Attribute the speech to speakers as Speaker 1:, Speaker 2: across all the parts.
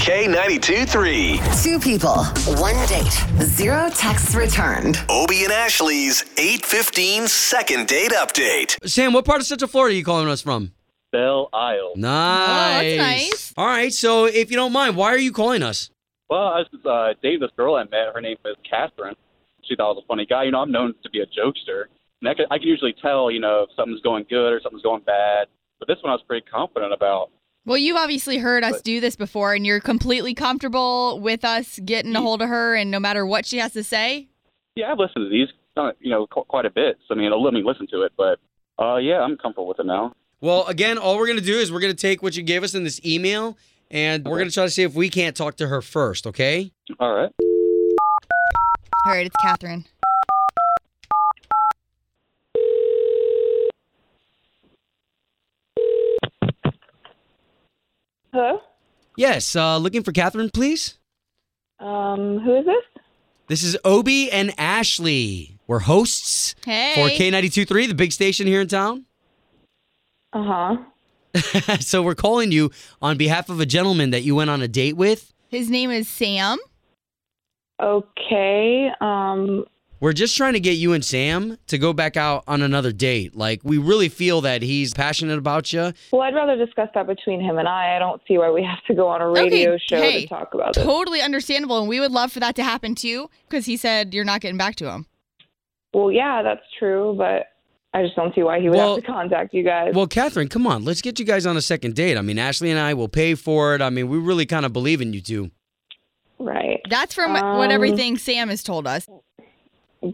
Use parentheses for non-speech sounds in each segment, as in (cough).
Speaker 1: K92 3.
Speaker 2: Two people, one date, zero texts returned.
Speaker 1: Obie and Ashley's 815 second date update.
Speaker 3: Sam, what part of Central Florida are you calling us from?
Speaker 4: Belle Isle.
Speaker 3: Nice.
Speaker 5: Oh, that's nice.
Speaker 3: All right, so if you don't mind, why are you calling us?
Speaker 4: Well, I was uh, dating this girl I met. Her name is Catherine. She thought I was a funny guy. You know, I'm known to be a jokester, and I can, I can usually tell, you know, if something's going good or something's going bad. But this one I was pretty confident about.
Speaker 5: Well, you've obviously heard us do this before, and you're completely comfortable with us getting a hold of her, and no matter what she has to say.
Speaker 4: Yeah, I've listened to these, uh, you know, qu- quite a bit. So I mean, it'll let me listen to it. But uh, yeah, I'm comfortable with it now.
Speaker 3: Well, again, all we're going to do is we're going to take what you gave us in this email and we're going to try to see if we can't talk to her first, okay?
Speaker 4: All right.
Speaker 5: All right, it's Catherine.
Speaker 6: Hello.
Speaker 3: Yes, uh, looking for Catherine, please.
Speaker 6: Um, who is this?
Speaker 3: This is Obi and Ashley. We're hosts
Speaker 5: Hey.
Speaker 3: for K92.3, the big station here in town. (laughs)
Speaker 6: Uh
Speaker 3: Uh-huh.
Speaker 6: huh.
Speaker 3: so we're calling you on behalf of a gentleman that you went on a date with.
Speaker 5: His name is Sam.
Speaker 6: Okay. Um,
Speaker 3: We're just trying to get you and Sam to go back out on another date. Like, we really feel that he's passionate about you.
Speaker 6: well, I'd rather discuss that between him and I. I don't see why we have to go on a radio
Speaker 5: Okay,
Speaker 6: show
Speaker 5: hey,
Speaker 6: to talk about this.
Speaker 5: Totally understandable, and we would love for that to happen too, because he said you're not getting back to him.
Speaker 6: Well, yeah, that's true, but I just don't see why he would
Speaker 3: Well-
Speaker 6: have to contact you guys.
Speaker 3: Well, Catherine, come on. Let's get you guys on a second date. I mean, Ashley and I will pay for it. I mean, we really kind of believe in you two.
Speaker 6: right.
Speaker 5: That's from what
Speaker 6: Um,
Speaker 5: everything Sam has told us.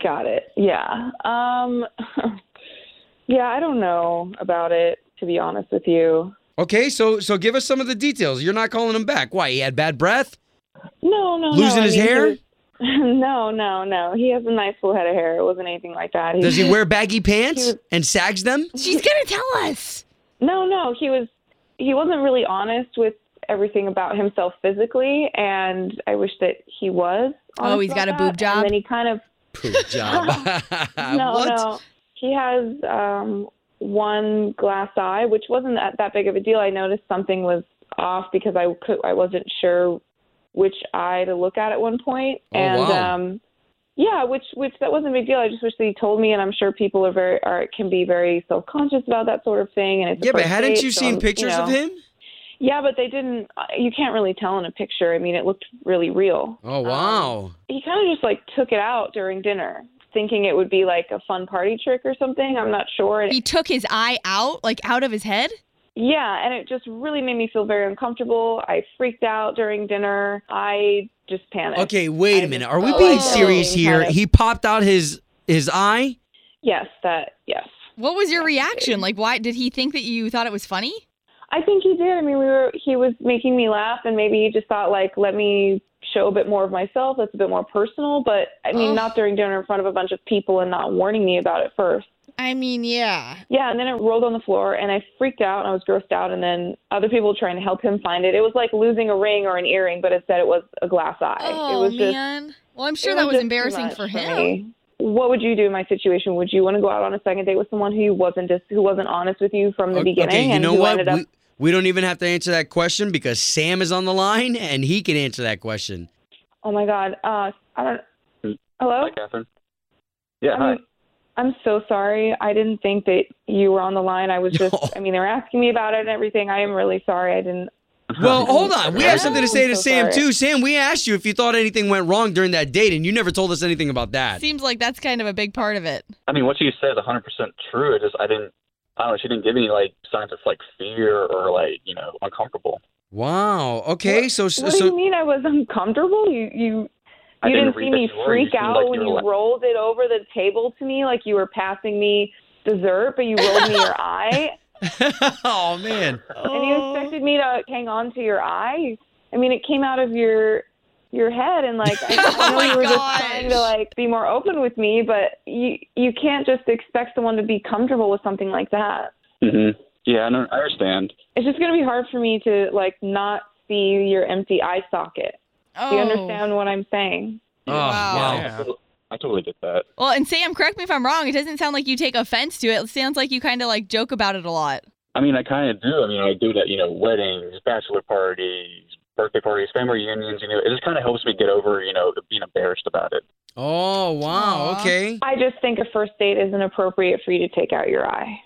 Speaker 6: Got it. Yeah. Um, (laughs) yeah, I don't know about it, to be honest with you.
Speaker 3: Okay, so so give us some of the details. You're not calling him back. Why? He had bad breath?
Speaker 6: No, no, no,
Speaker 3: Losing
Speaker 6: I
Speaker 3: his
Speaker 6: mean, he
Speaker 3: hair?
Speaker 6: was- (laughs) no, no, no. He has a nice full head of hair. It wasn't anything like that.
Speaker 3: Does
Speaker 6: (laughs)
Speaker 3: he wear baggy pants
Speaker 6: He-
Speaker 3: and sags them?
Speaker 5: She's gonna tell us.
Speaker 6: No, no, he was he wasn't really honest with everything about himself physically, and I wish that he was.
Speaker 5: Oh,
Speaker 6: honest
Speaker 5: he's
Speaker 6: about
Speaker 5: got a boob
Speaker 6: that.
Speaker 5: job?
Speaker 6: And then he kind of
Speaker 3: Poop job.
Speaker 6: (laughs)
Speaker 3: Uh,
Speaker 6: no,
Speaker 3: what?
Speaker 6: no, he has um, one glass eye, which wasn't that, that big of a deal. I noticed something was off because I could I wasn't sure which eye to look at at one point,
Speaker 3: Oh,
Speaker 6: and
Speaker 3: wow.
Speaker 6: um, yeah, which which that wasn't a big deal. I just wish that he told me, and I'm sure people are very are can be very self conscious about that sort of thing. And it's a
Speaker 3: Yeah, but
Speaker 6: first
Speaker 3: hadn't
Speaker 6: date,
Speaker 3: you
Speaker 6: so
Speaker 3: seen
Speaker 6: I'm-
Speaker 3: pictures
Speaker 6: know.
Speaker 3: of him?
Speaker 6: Yeah, but they didn't. uh, You can't really tell in a picture. I mean, it looked really real.
Speaker 3: Oh,
Speaker 6: Um,
Speaker 3: wow.
Speaker 6: he kind of just like took it out during dinner, thinking it would be like a fun party trick or something. I'm not sure. And
Speaker 5: He took his eye out, like out of his head.
Speaker 6: yeah, and it just really made me feel very uncomfortable. I freaked out during dinner. I just panicked.
Speaker 3: Okay, wait a
Speaker 6: I
Speaker 3: minute.
Speaker 6: just
Speaker 3: Are we
Speaker 6: felt
Speaker 3: being
Speaker 5: like
Speaker 3: serious
Speaker 6: everything
Speaker 3: here?
Speaker 6: kind of-
Speaker 3: He popped out his his eye.
Speaker 6: Yes, that. Yes.
Speaker 5: What was your reaction? Like, why did he think that you thought it was funny?
Speaker 6: I think he did. I mean, we were. He was making me laugh, and maybe he just thought like, let me show a bit more of myself. That's a bit more personal. But I mean,
Speaker 5: Oh.
Speaker 6: not during dinner in front of a bunch of people and not warning me about it first.
Speaker 5: I mean, yeah.
Speaker 6: Yeah, and then it rolled on the floor, and I freaked out, and I was grossed out, and then other people trying to help him find it. It was like losing a ring or an earring, but instead it was a glass eye.
Speaker 5: Oh
Speaker 6: it was just
Speaker 5: man. well, I'm sure
Speaker 6: it
Speaker 5: that was
Speaker 6: just too
Speaker 5: embarrassing
Speaker 6: much
Speaker 5: for him.
Speaker 6: me. What would you do in my situation? Would you want to go out on a second date with someone who wasn't just who wasn't honest with you from the
Speaker 3: O-
Speaker 6: beginning
Speaker 3: okay, you
Speaker 6: and
Speaker 3: know
Speaker 6: who
Speaker 3: what?
Speaker 6: ended up?
Speaker 3: We, we don't even have to answer that question because Sam is on the line and he can answer that
Speaker 6: (laughs)
Speaker 3: question.
Speaker 6: Oh my God! Uh, I don't. Hello.
Speaker 4: Hi, Catherine. Yeah. hi.
Speaker 6: I'm, I'm so sorry. I didn't think that you were on the line.
Speaker 4: (laughs)
Speaker 6: I was just.
Speaker 3: No.
Speaker 6: I mean, they were asking me about it and everything. I am really sorry. I didn't.
Speaker 3: Well, hold on. We have something to say to
Speaker 6: I'm so
Speaker 3: Sam
Speaker 6: sorry.
Speaker 3: too. Sam, we asked you if you thought anything went wrong during that date, and you never told us anything about that.
Speaker 5: Seems like that's kind of a big part of it.
Speaker 4: I mean, what she said is 100 percent true. It just I didn't. I don't know. She didn't give any like signs of like fear or like you know uncomfortable.
Speaker 3: Wow. Okay. so so,
Speaker 6: What do you
Speaker 3: so
Speaker 6: mean I was uncomfortable? You you
Speaker 4: I
Speaker 6: you
Speaker 4: didn't
Speaker 6: didn't,
Speaker 4: read
Speaker 6: see
Speaker 4: that
Speaker 6: me
Speaker 4: you were. You
Speaker 6: freak
Speaker 4: seemed
Speaker 6: out
Speaker 4: like you
Speaker 6: when
Speaker 4: were
Speaker 6: you
Speaker 4: like-
Speaker 6: rolled it over the table to me like you were passing me dessert, but you rolled me
Speaker 4: (laughs)
Speaker 6: your eye,
Speaker 3: (laughs) oh man.
Speaker 6: and you
Speaker 5: Oh.
Speaker 6: expected me to hang on to your eye. I mean, it came out of your your head, and
Speaker 5: (laughs)
Speaker 6: like I, I know
Speaker 5: Oh my
Speaker 6: you were
Speaker 5: gosh.
Speaker 6: just trying to like be more open with me, but you you can't just expect someone to be comfortable with something like that.
Speaker 4: Mm-hmm. Yeah, I, know, I understand.
Speaker 6: It's just gonna be hard for me to like not see your empty eye socket.
Speaker 5: Oh.
Speaker 6: Do you understand what I'm saying?
Speaker 3: Oh,
Speaker 5: Wow.
Speaker 3: wow.
Speaker 4: I, totally, I totally get that.
Speaker 5: Well, and Sam, correct me if I'm wrong. It doesn't sound like you take offense to it. It sounds like you kind of like joke about it a lot.
Speaker 4: I mean, I kind of do. I mean, I do that, you know, weddings, bachelor parties, birthday parties, family reunions. You know, it just kind of helps me get over you know being embarrassed about it.
Speaker 3: Oh wow.
Speaker 5: Aw.
Speaker 3: Okay.
Speaker 6: I just think a first date isn't appropriate for you to take out your eye.